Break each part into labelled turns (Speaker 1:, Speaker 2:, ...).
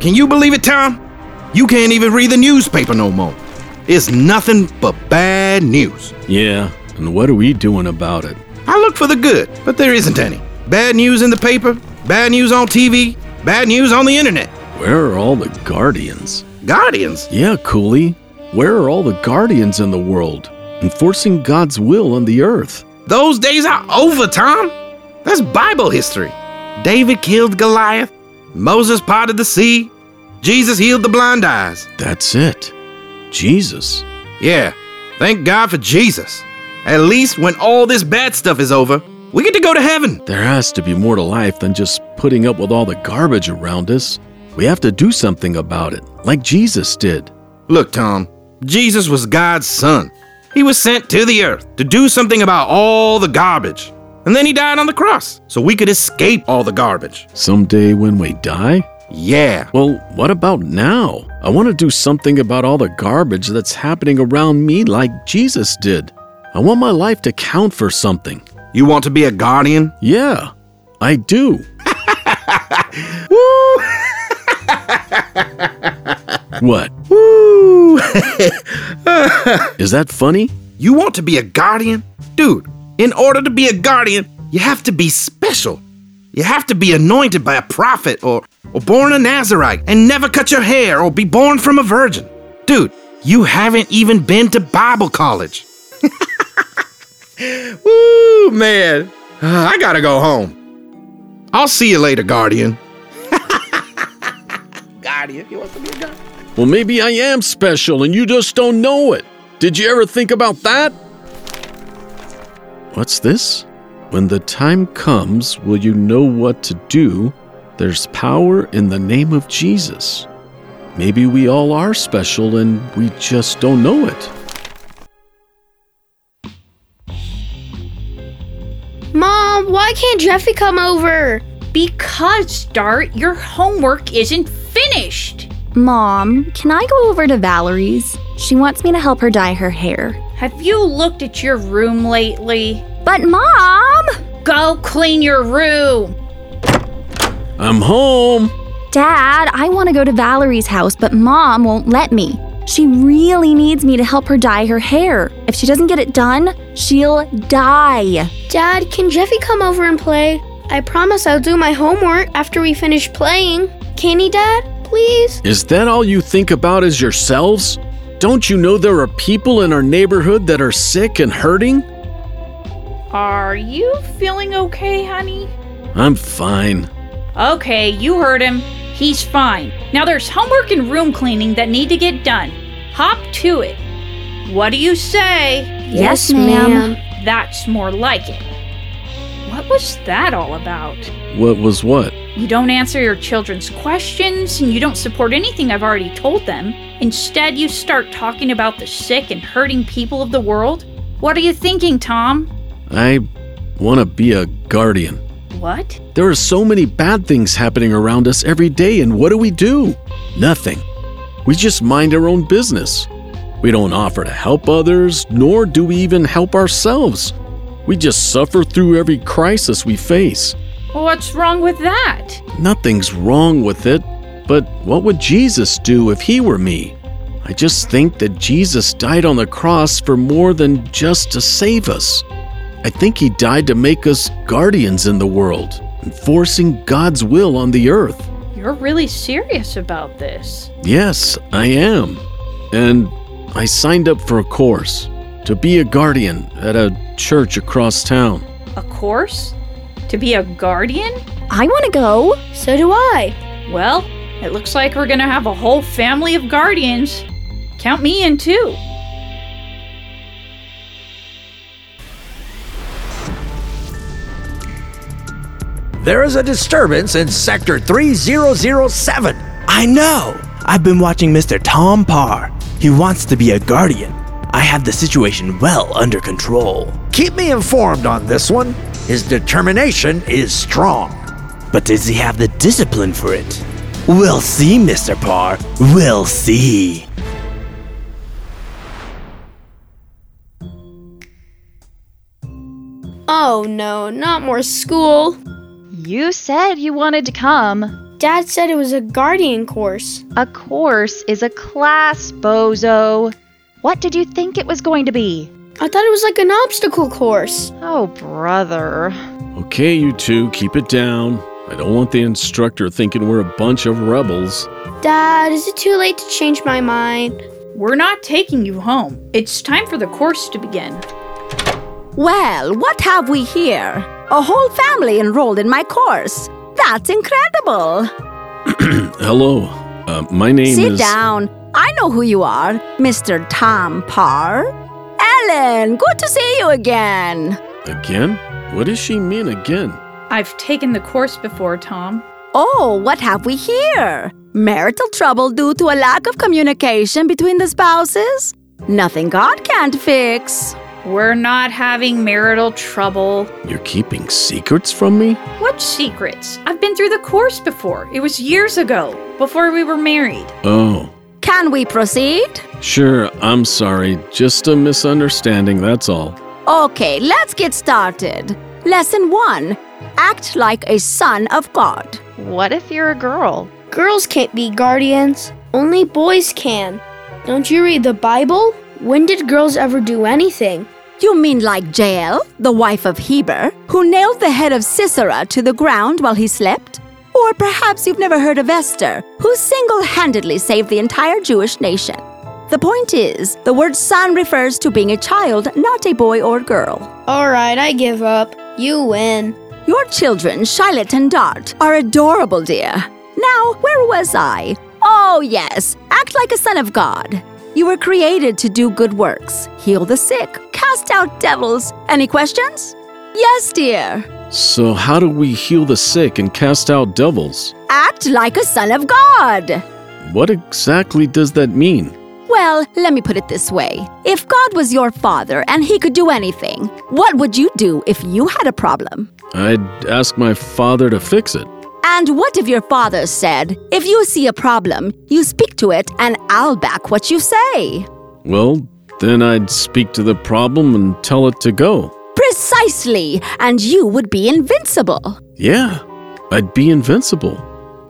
Speaker 1: Can you believe it, Tom? You can't even read the newspaper no more. It's nothing but bad news.
Speaker 2: Yeah, and what are we doing about it?
Speaker 1: I look for the good, but there isn't any. Bad news in the paper, bad news on TV, bad news on the internet.
Speaker 2: Where are all the guardians?
Speaker 1: Guardians?
Speaker 2: Yeah, Cooley. Where are all the guardians in the world enforcing God's will on the earth?
Speaker 1: Those days are over, Tom. That's Bible history. David killed Goliath, Moses parted the sea, Jesus healed the blind eyes.
Speaker 2: That's it. Jesus.
Speaker 1: Yeah, thank God for Jesus. At least when all this bad stuff is over, we get to go to heaven.
Speaker 2: There has to be more to life than just putting up with all the garbage around us. We have to do something about it, like Jesus did.
Speaker 1: Look, Tom, Jesus was God's son. He was sent to the earth to do something about all the garbage. And then he died on the cross so we could escape all the garbage.
Speaker 2: Someday when we die?
Speaker 1: Yeah.
Speaker 2: Well, what about now? I want to do something about all the garbage that's happening around me like Jesus did. I want my life to count for something.
Speaker 1: You want to be a guardian?
Speaker 2: Yeah, I do.
Speaker 1: Woo!
Speaker 2: What?
Speaker 1: Woo!
Speaker 2: Is that funny?
Speaker 1: you want to be a guardian? Dude, in order to be a guardian, you have to be special. You have to be anointed by a prophet or, or born a Nazarite and never cut your hair or be born from a virgin. Dude, you haven't even been to Bible college. Woo, man. Uh, I gotta go home. I'll see you later, Guardian. guardian? He wants to be a guardian?
Speaker 2: Well, maybe I am special and you just don't know it. Did you ever think about that? What's this? When the time comes, will you know what to do? There's power in the name of Jesus. Maybe we all are special and we just don't know it.
Speaker 3: Mom, why can't Jeffy come over?
Speaker 4: Because, Dart, your homework isn't finished.
Speaker 5: Mom, can I go over to Valerie's? She wants me to help her dye her hair.
Speaker 4: Have you looked at your room lately?
Speaker 5: But, Mom!
Speaker 4: Go clean your room.
Speaker 2: I'm home.
Speaker 5: Dad, I want to go to Valerie's house, but Mom won't let me. She really needs me to help her dye her hair. If she doesn't get it done, she'll die.
Speaker 3: Dad, can Jeffy come over and play? I promise I'll do my homework after we finish playing. Can he, Dad? Please?
Speaker 2: Is that all you think about is yourselves? Don't you know there are people in our neighborhood that are sick and hurting?
Speaker 4: Are you feeling okay, honey?
Speaker 2: I'm fine.
Speaker 4: Okay, you heard him. He's fine. Now there's homework and room cleaning that need to get done. Hop to it. What do you say?
Speaker 5: Yes, ma'am.
Speaker 4: That's more like it. What was that all about?
Speaker 2: What was what?
Speaker 4: You don't answer your children's questions, and you don't support anything I've already told them. Instead, you start talking about the sick and hurting people of the world. What are you thinking, Tom?
Speaker 2: I want to be a guardian.
Speaker 4: What?
Speaker 2: There are so many bad things happening around us every day, and what do we do? Nothing. We just mind our own business. We don't offer to help others, nor do we even help ourselves. We just suffer through every crisis we face.
Speaker 4: What's wrong with that?
Speaker 2: Nothing's wrong with it, but what would Jesus do if he were me? I just think that Jesus died on the cross for more than just to save us. I think he died to make us guardians in the world, enforcing God's will on the earth.
Speaker 4: You're really serious about this.
Speaker 2: Yes, I am. And I signed up for a course to be a guardian at a church across town.
Speaker 4: A course? To be a guardian?
Speaker 5: I want to go.
Speaker 3: So do I.
Speaker 4: Well, it looks like we're gonna have a whole family of guardians. Count me in too.
Speaker 6: There is a disturbance in Sector 3007.
Speaker 7: I know. I've been watching Mr. Tom Parr. He wants to be a guardian. I have the situation well under control.
Speaker 6: Keep me informed on this one. His determination is strong.
Speaker 7: But does he have the discipline for it? We'll see, Mr. Parr. We'll see.
Speaker 3: Oh no, not more school. Oh,
Speaker 8: You said you wanted to come.
Speaker 3: Dad said it was a guardian course.
Speaker 8: A course is a class, bozo. What did you think it was going to be?
Speaker 3: I thought it was like an obstacle course.
Speaker 8: Oh, brother.
Speaker 2: Okay, you two, keep it down. I don't want the instructor thinking we're a bunch of rebels.
Speaker 3: Dad, is it too late to change my mind?
Speaker 4: We're not taking you home. It's time for the course to begin.
Speaker 9: Well, what have we here? A whole family enrolled in my course. That's incredible.
Speaker 2: Hello, uh, my name
Speaker 9: Sit
Speaker 2: is.
Speaker 9: down. I know who you are, Mr. Tom Parr. Ellen, good to see you again.
Speaker 2: Again? What does she mean again?
Speaker 4: I've taken the course before, Tom.
Speaker 9: Oh, what have we here? Marital trouble due to a lack of communication between the spouses? Nothing God can't fix.
Speaker 4: We're not having marital trouble.
Speaker 2: You're keeping secrets from me?
Speaker 4: What secrets? I've been through the course before. It was years ago, before we were married.
Speaker 2: Oh,
Speaker 9: Can we proceed?
Speaker 2: sure, I'm sorry. Just a misunderstanding, that's all.
Speaker 9: Okay, let's get started. Lesson 1 Act like a son of God.
Speaker 8: What if you're a girl?
Speaker 3: Girls can't be guardians, only boys can. Don't you read the Bible? When did girls ever do anything?
Speaker 9: You mean like Jael, the wife of Heber, who nailed the head of Sisera to the ground while he slept? Or perhaps you've never heard of Esther, who single handedly saved the entire Jewish nation. The point is, the word son refers to being a child, not a boy or girl.
Speaker 3: Alright, I give up. You win.
Speaker 9: Your children, Shilet and Dart, are adorable, dear. Now, where was I? Oh, yes, act like a son of God. You were created to do good works, heal the sick, cast out devils. Any questions? Yes, dear.
Speaker 2: So, how do we heal the sick and cast out devils?
Speaker 9: Act like a son of God.
Speaker 2: What exactly does that mean?
Speaker 9: Well, let me put it this way if God was your father and he could do anything, what would you do if you had a problem?
Speaker 2: I'd ask my father to fix it.
Speaker 9: And what if your father said, if you see a problem, you speak to it and I'll back what you say?
Speaker 2: Well, then I'd speak to the problem and tell it to go.
Speaker 9: Precisely, and you would be invincible.
Speaker 2: Yeah, I'd be invincible.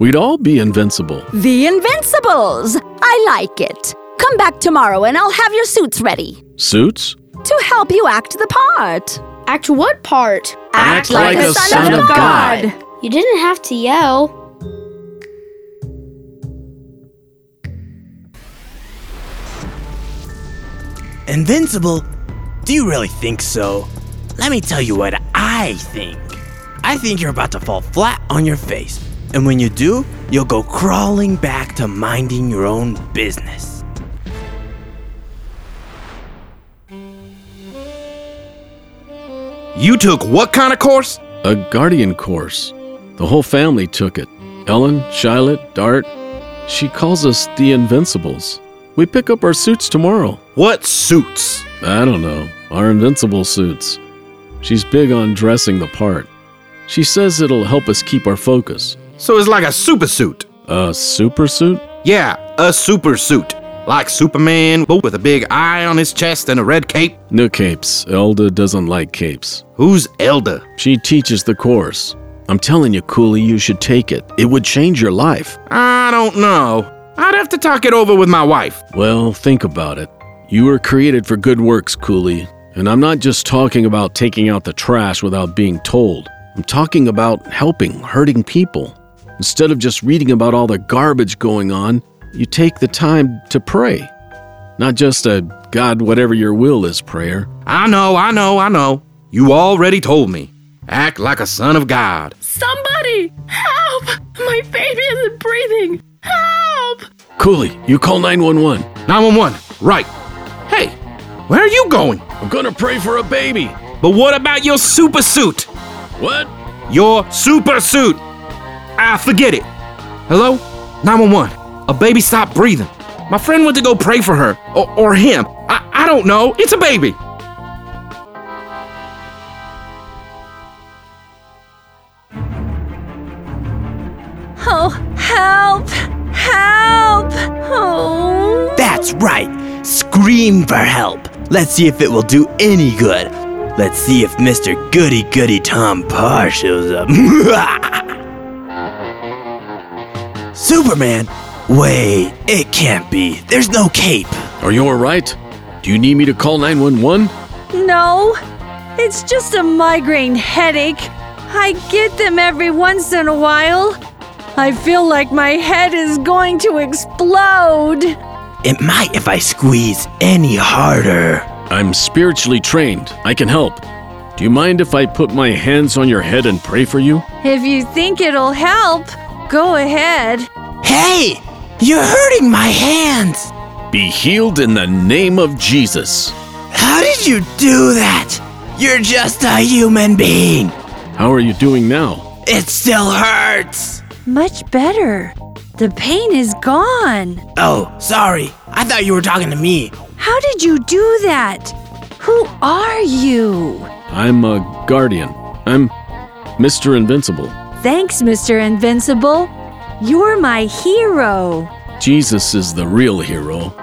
Speaker 2: We'd all be invincible.
Speaker 9: The Invincibles! I like it. Come back tomorrow and I'll have your suits ready
Speaker 2: Suits?
Speaker 9: to help you act the part.
Speaker 3: Act what part?
Speaker 2: Act like a son of God.
Speaker 3: You didn't have to yell.
Speaker 7: Invincible? Do you really think so? Let me tell you what I think. I think you're about to fall flat on your face. And when you do, you'll go crawling back to minding your own business.
Speaker 1: You took what kind of course?
Speaker 2: A guardian course. The whole family took it. Ellen, Shiloh, Dart. She calls us the Invincibles. We pick up our suits tomorrow.
Speaker 1: What suits?
Speaker 2: I don't know, our invincible suits. She's big on dressing the part. She says it'll help us keep our focus.
Speaker 1: So it's like a super suit.
Speaker 2: A super suit?
Speaker 1: Yeah, a super suit. Like Superman, but with a big eye on his chest and a red cape.
Speaker 2: No capes. Elda doesn't like capes.
Speaker 1: Who's Elder?
Speaker 2: She teaches the course. I'm telling you, Cooley, you should take it. It would change your life.
Speaker 1: I don't know. I'd have to talk it over with my wife.
Speaker 2: Well, think about it. You were created for good works, Cooley. And I'm not just talking about taking out the trash without being told. I'm talking about helping, hurting people. Instead of just reading about all the garbage going on, you take the time to pray. Not just a God, whatever your will is prayer.
Speaker 1: I know, I know, I know. You already told me. Act like a son of God.
Speaker 10: Somebody! Help! My baby isn't breathing! Help!
Speaker 2: Cooley, you call 911.
Speaker 1: 911, right. Hey, where are you going?
Speaker 2: I'm gonna pray for a baby.
Speaker 1: But what about your super suit?
Speaker 2: What?
Speaker 1: Your super suit! Ah, forget it. Hello? 911. A baby stopped breathing. My friend went to go pray for her. Or, or him. I, I don't know. It's a baby.
Speaker 9: Oh, help! Help! Oh.
Speaker 7: That's right. Scream for help. Let's see if it will do any good. Let's see if Mr. Goody Goody Tom Parr shows up. Superman? Wait, it can't be. There's no cape.
Speaker 2: Are you alright? Do you need me to call 911?
Speaker 11: No, it's just a migraine headache. I get them every once in a while. I feel like my head is going to explode.
Speaker 7: It might if I squeeze any harder.
Speaker 2: I'm spiritually trained. I can help. Do you mind if I put my hands on your head and pray for you?
Speaker 11: If you think it'll help, go ahead.
Speaker 7: Hey, you're hurting my hands.
Speaker 2: Be healed in the name of Jesus.
Speaker 7: How did you do that? You're just a human being.
Speaker 2: How are you doing now?
Speaker 7: It still hurts.
Speaker 11: Much better. The pain is gone.
Speaker 7: Oh, sorry. I thought you were talking to me.
Speaker 11: How did you do that? Who are you?
Speaker 2: I'm a guardian. I'm Mr. Invincible.
Speaker 11: Thanks, Mr. Invincible. You're my hero.
Speaker 2: Jesus is the real hero.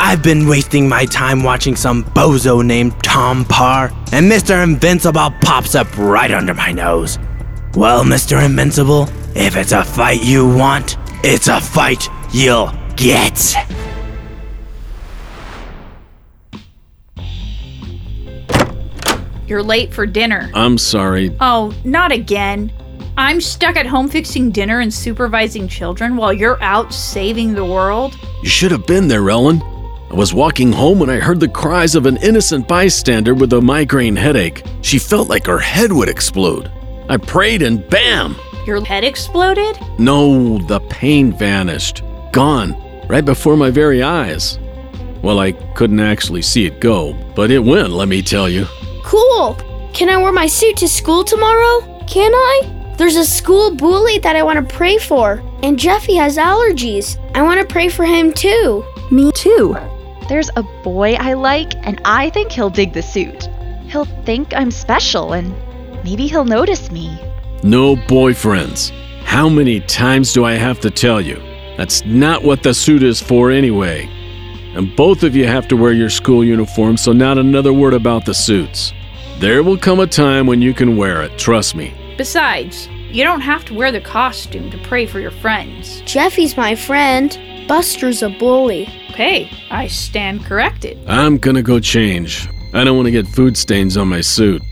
Speaker 7: I've been wasting my time watching some bozo named Tom Parr, and Mr. Invincible pops up right under my nose. Well, Mr. Invincible, if it's a fight you want, it's a fight you'll get.
Speaker 4: You're late for dinner.
Speaker 2: I'm sorry.
Speaker 4: Oh, not again. I'm stuck at home fixing dinner and supervising children while you're out saving the world.
Speaker 2: You should have been there, Ellen. I was walking home when I heard the cries of an innocent bystander with a migraine headache. She felt like her head would explode. I prayed and bam!
Speaker 4: Your head exploded?
Speaker 2: No, the pain vanished. Gone, right before my very eyes. Well, I couldn't actually see it go, but it went, let me tell you.
Speaker 3: Cool! Can I wear my suit to school tomorrow? Can I? There's a school bully that I want to pray for, and Jeffy has allergies. I want to pray for him too.
Speaker 5: Me too.
Speaker 8: There's a boy I like, and I think he'll dig the suit. He'll think I'm special, and maybe he'll notice me.
Speaker 2: No boyfriends. How many times do I have to tell you? That's not what the suit is for anyway. And both of you have to wear your school uniform, so not another word about the suits. There will come a time when you can wear it, trust me.
Speaker 4: Besides, you don't have to wear the costume to pray for your friends.
Speaker 3: Jeffy's my friend. Buster's a bully.
Speaker 4: Hey, I stand corrected.
Speaker 2: I'm gonna go change. I don't wanna get food stains on my suit.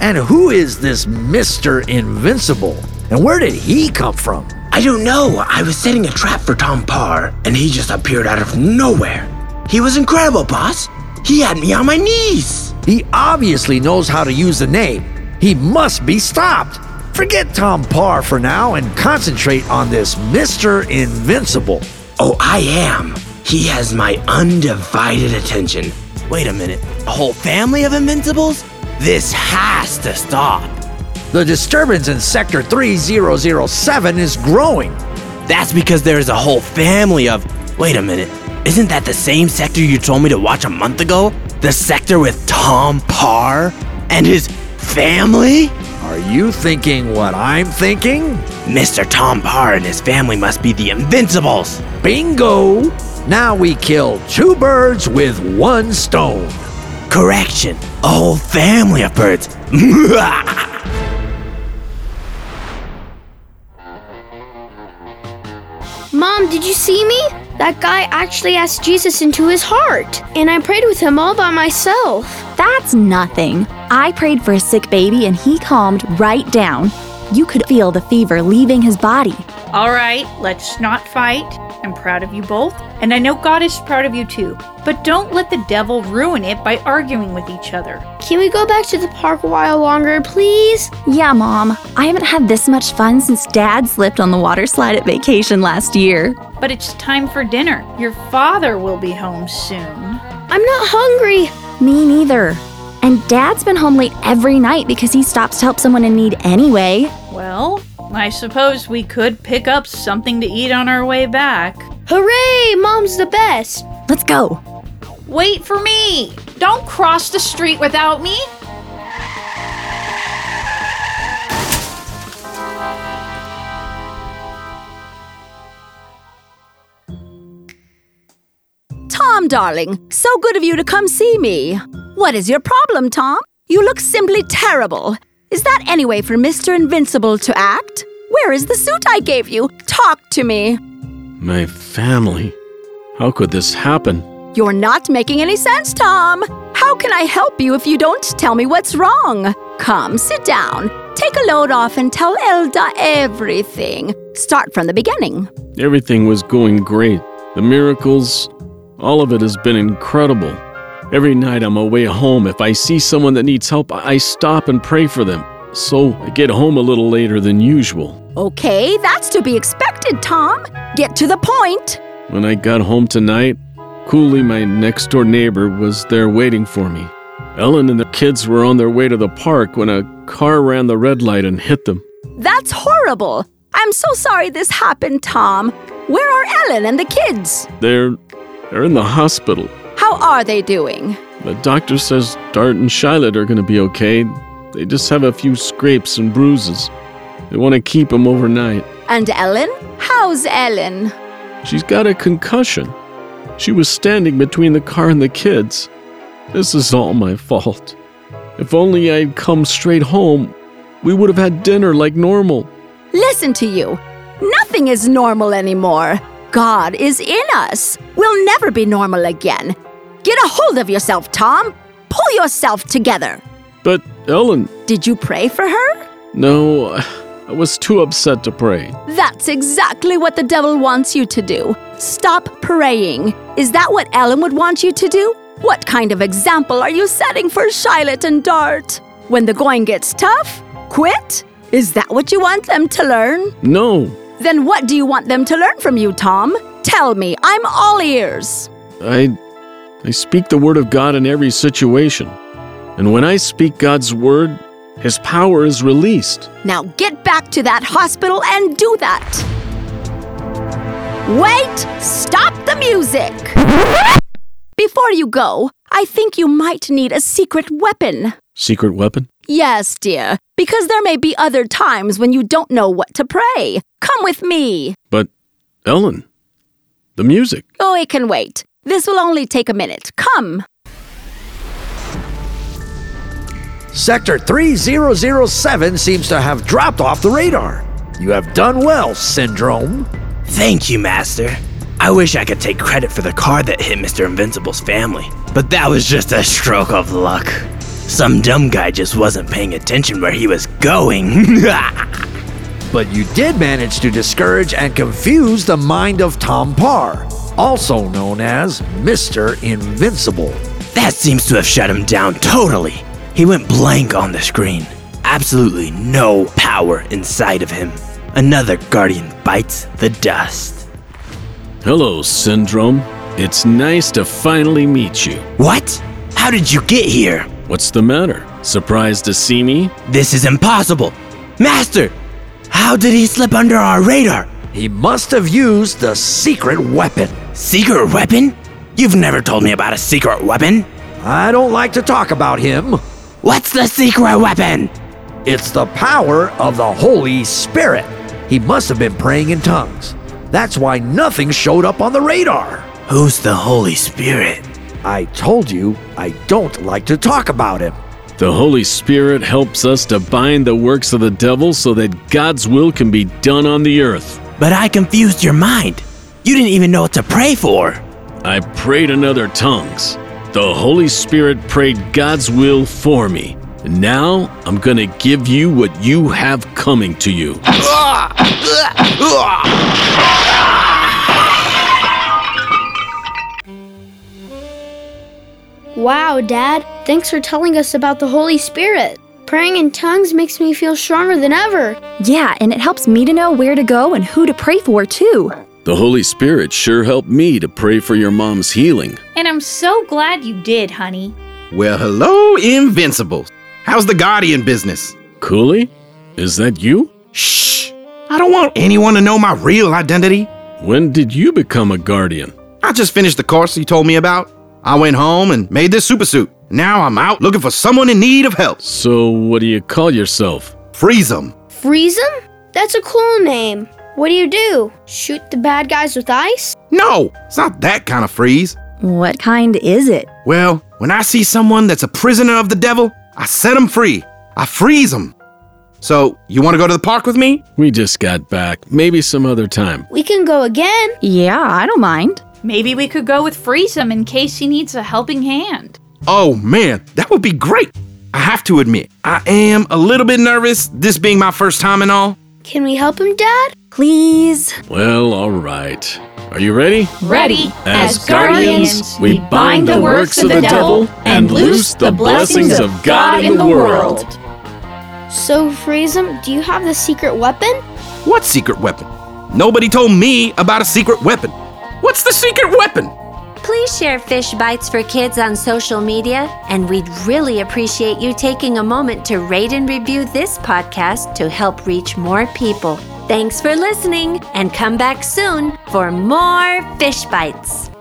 Speaker 6: And who is this Mr. Invincible? And where did he come from?
Speaker 7: I don't know. I was setting a trap for Tom Parr, and he just appeared out of nowhere. He was incredible, boss. He had me on my knees.
Speaker 6: He obviously knows how to use the name. He must be stopped. Forget Tom Parr for now and concentrate on this Mr. Invincible.
Speaker 7: Oh, I am. He has my undivided attention. Wait a minute. A whole family of Invincibles? This has to stop.
Speaker 6: The disturbance in Sector 3007 is growing.
Speaker 7: That's because there is a whole family of. Wait a minute. Isn't that the same sector you told me to watch a month ago? The sector with Tom Parr and his family?
Speaker 6: Are you thinking what I'm thinking?
Speaker 7: Mr. Tom Parr and his family must be the Invincibles.
Speaker 6: Bingo! Now we kill two birds with one stone.
Speaker 7: Correction, a whole family of birds.
Speaker 3: Mom, did you see me? That guy actually asked Jesus into his heart, and I prayed with him all by myself.
Speaker 5: That's nothing. I prayed for a sick baby and he calmed right down. You could feel the fever leaving his body.
Speaker 4: All right, let's not fight. I'm proud of you both, and I know God is proud of you too. But don't let the devil ruin it by arguing with each other.
Speaker 3: Can we go back to the park a while longer, please?
Speaker 5: Yeah, Mom. I haven't had this much fun since Dad slipped on the water slide at vacation last year.
Speaker 4: But it's time for dinner. Your father will be home soon.
Speaker 3: I'm not hungry.
Speaker 5: Me neither. And Dad's been home late every night because he stops to help someone in need anyway.
Speaker 4: Well, I suppose we could pick up something to eat on our way back.
Speaker 3: Hooray! Mom's the best!
Speaker 5: Let's go!
Speaker 4: Wait for me! Don't cross the street without me!
Speaker 5: Tom!
Speaker 9: Tom, darling, so good of you to come see me. What is your problem, Tom? You look simply terrible. Is that any way for Mr. Invincible to act? Where is the suit I gave you? Talk to me.
Speaker 2: My family. How could this happen?
Speaker 9: You're not making any sense, Tom. How can I help you if you don't tell me what's wrong? Come, sit down. Take a load off and tell Elda everything. Start from the beginning.
Speaker 2: Everything was going great. The miracles, all of it has been incredible. Every night on my way home, if I see someone that needs help, I I stop and pray for them. So I get home a little later than usual.
Speaker 9: Okay, that's to be expected, Tom. Get to the point.
Speaker 2: When I got home tonight, Cooley, my next door neighbor, was there waiting for me. Ellen and the kids were on their way to the park when a car ran the red light and hit them.
Speaker 9: That's horrible. I'm so sorry this happened, Tom. Where are Ellen and the kids?
Speaker 2: They're they're in the hospital.
Speaker 9: How are they doing?
Speaker 2: The doctor says Dart and Shiloh are going to be okay. They just have a few scrapes and bruises. They want to keep them overnight.
Speaker 9: And Ellen? How's Ellen?
Speaker 2: She's got a concussion. She was standing between the car and the kids. This is all my fault. If only I'd come straight home, we would have had dinner like normal.
Speaker 9: Listen to you. Nothing is normal anymore. God is in us. We'll never be normal again. Get a hold of yourself, Tom. Pull yourself together.
Speaker 2: But Ellen,
Speaker 9: Did you pray for her?
Speaker 2: no, I was too upset to pray.
Speaker 9: That's exactly what the devil wants you to do. Stop praying. Is that what Ellen would want you to do? What kind of example are you setting for Shiloh and Dart? When the going gets tough, quit? Is that what you want them to learn?
Speaker 2: No,
Speaker 9: Then what do you want them to learn from you, Tom? Tell me, I'm all ears.
Speaker 2: I I speak the word of God in every situation. And when I speak God's word, his power is released.
Speaker 9: Now get back to that hospital and do that. Wait! Stop the music! Before you go, I think you might need a secret weapon.
Speaker 2: Secret weapon?
Speaker 9: Yes, dear, because there may be other times when you don't know what to pray. Come with me.
Speaker 2: But Ellen, the music.
Speaker 9: Oh, it can wait. This will only take a minute. Come.
Speaker 6: Sector 3007 seems to have dropped off the radar. You have done well, Syndrome.
Speaker 7: Thank you, Master. I wish I could take credit for the car that hit Mr. Invincible's family, but that was just a stroke of luck. Some dumb guy just wasn't paying attention where he was going.
Speaker 6: But you did manage to discourage and confuse the mind of Tom Parr, also known as Mr. Invincible.
Speaker 7: That seems to have shut him down totally. He went blank on the screen. Absolutely no power inside of him. Another guardian bites the dust.
Speaker 2: Hello, Syndrome. It's nice to finally meet you.
Speaker 7: What? How did you get here?
Speaker 2: What's the matter? Surprised to see me?
Speaker 7: This is impossible. Master, how did he slip under our radar?
Speaker 6: He must have used the secret weapon.
Speaker 7: Secret weapon? You've never told me about a secret weapon.
Speaker 6: I don't like to talk about him.
Speaker 7: What's the secret weapon?
Speaker 6: It's the power of the Holy Spirit. He must have been praying in tongues. That's why nothing showed up on the radar.
Speaker 7: Who's the Holy Spirit?
Speaker 6: I told you I don't like to talk about him.
Speaker 2: The Holy Spirit helps us to bind the works of the devil so that God's will can be done on the earth.
Speaker 7: But I confused your mind. You didn't even know what to pray for.
Speaker 2: I prayed in other tongues. The Holy Spirit prayed God's will for me. And now I'm going to give you what you have coming to you.
Speaker 3: Wow, Dad, thanks for telling us about the Holy Spirit. Praying in tongues makes me feel stronger than ever.
Speaker 5: Yeah, and it helps me to know where to go and who to pray for, too.
Speaker 2: The Holy Spirit sure helped me to pray for your mom's healing.
Speaker 4: And I'm so glad you did, honey.
Speaker 1: Well, hello, Invincibles. How's the Guardian business?
Speaker 2: Cooley, is that you?
Speaker 1: Shh! I don't want anyone to know my real identity.
Speaker 2: When did you become a guardian?
Speaker 1: I just finished the course you told me about. I went home and made this super suit. Now I'm out looking for someone in need of help.
Speaker 2: So, what do you call yourself?
Speaker 1: Freeze them.
Speaker 3: Freeze 'em? That's a cool name. What do you do? Shoot the bad guys with ice?
Speaker 1: No, it's not that kind of freeze.
Speaker 9: What kind is it?
Speaker 1: Well, when I see someone that's a prisoner of the devil, I set them free. I freeze them. So, you want to go to the park with me?
Speaker 2: We just got back. Maybe some other time.
Speaker 12: We can go again.
Speaker 9: Yeah, I don't mind.
Speaker 4: Maybe we could go with Freezum in case he needs a helping hand.
Speaker 1: Oh man, that would be great. I have to admit, I am a little bit nervous, this being my first time and all.
Speaker 12: Can we help him, Dad?
Speaker 9: Please.
Speaker 2: Well, all right. Are you ready?
Speaker 13: Ready.
Speaker 2: As, guardians, we bind the works of the devil and loose the blessings of God in the world.
Speaker 12: So, Freezum, do you have the secret weapon?
Speaker 1: What secret weapon? Nobody told me about a secret weapon. What's the secret weapon?
Speaker 3: Please share fish bites for kids on social media, and we'd really appreciate you taking a moment to rate and review this podcast to help reach more people. Thanks for listening, and come back soon for more fish bites.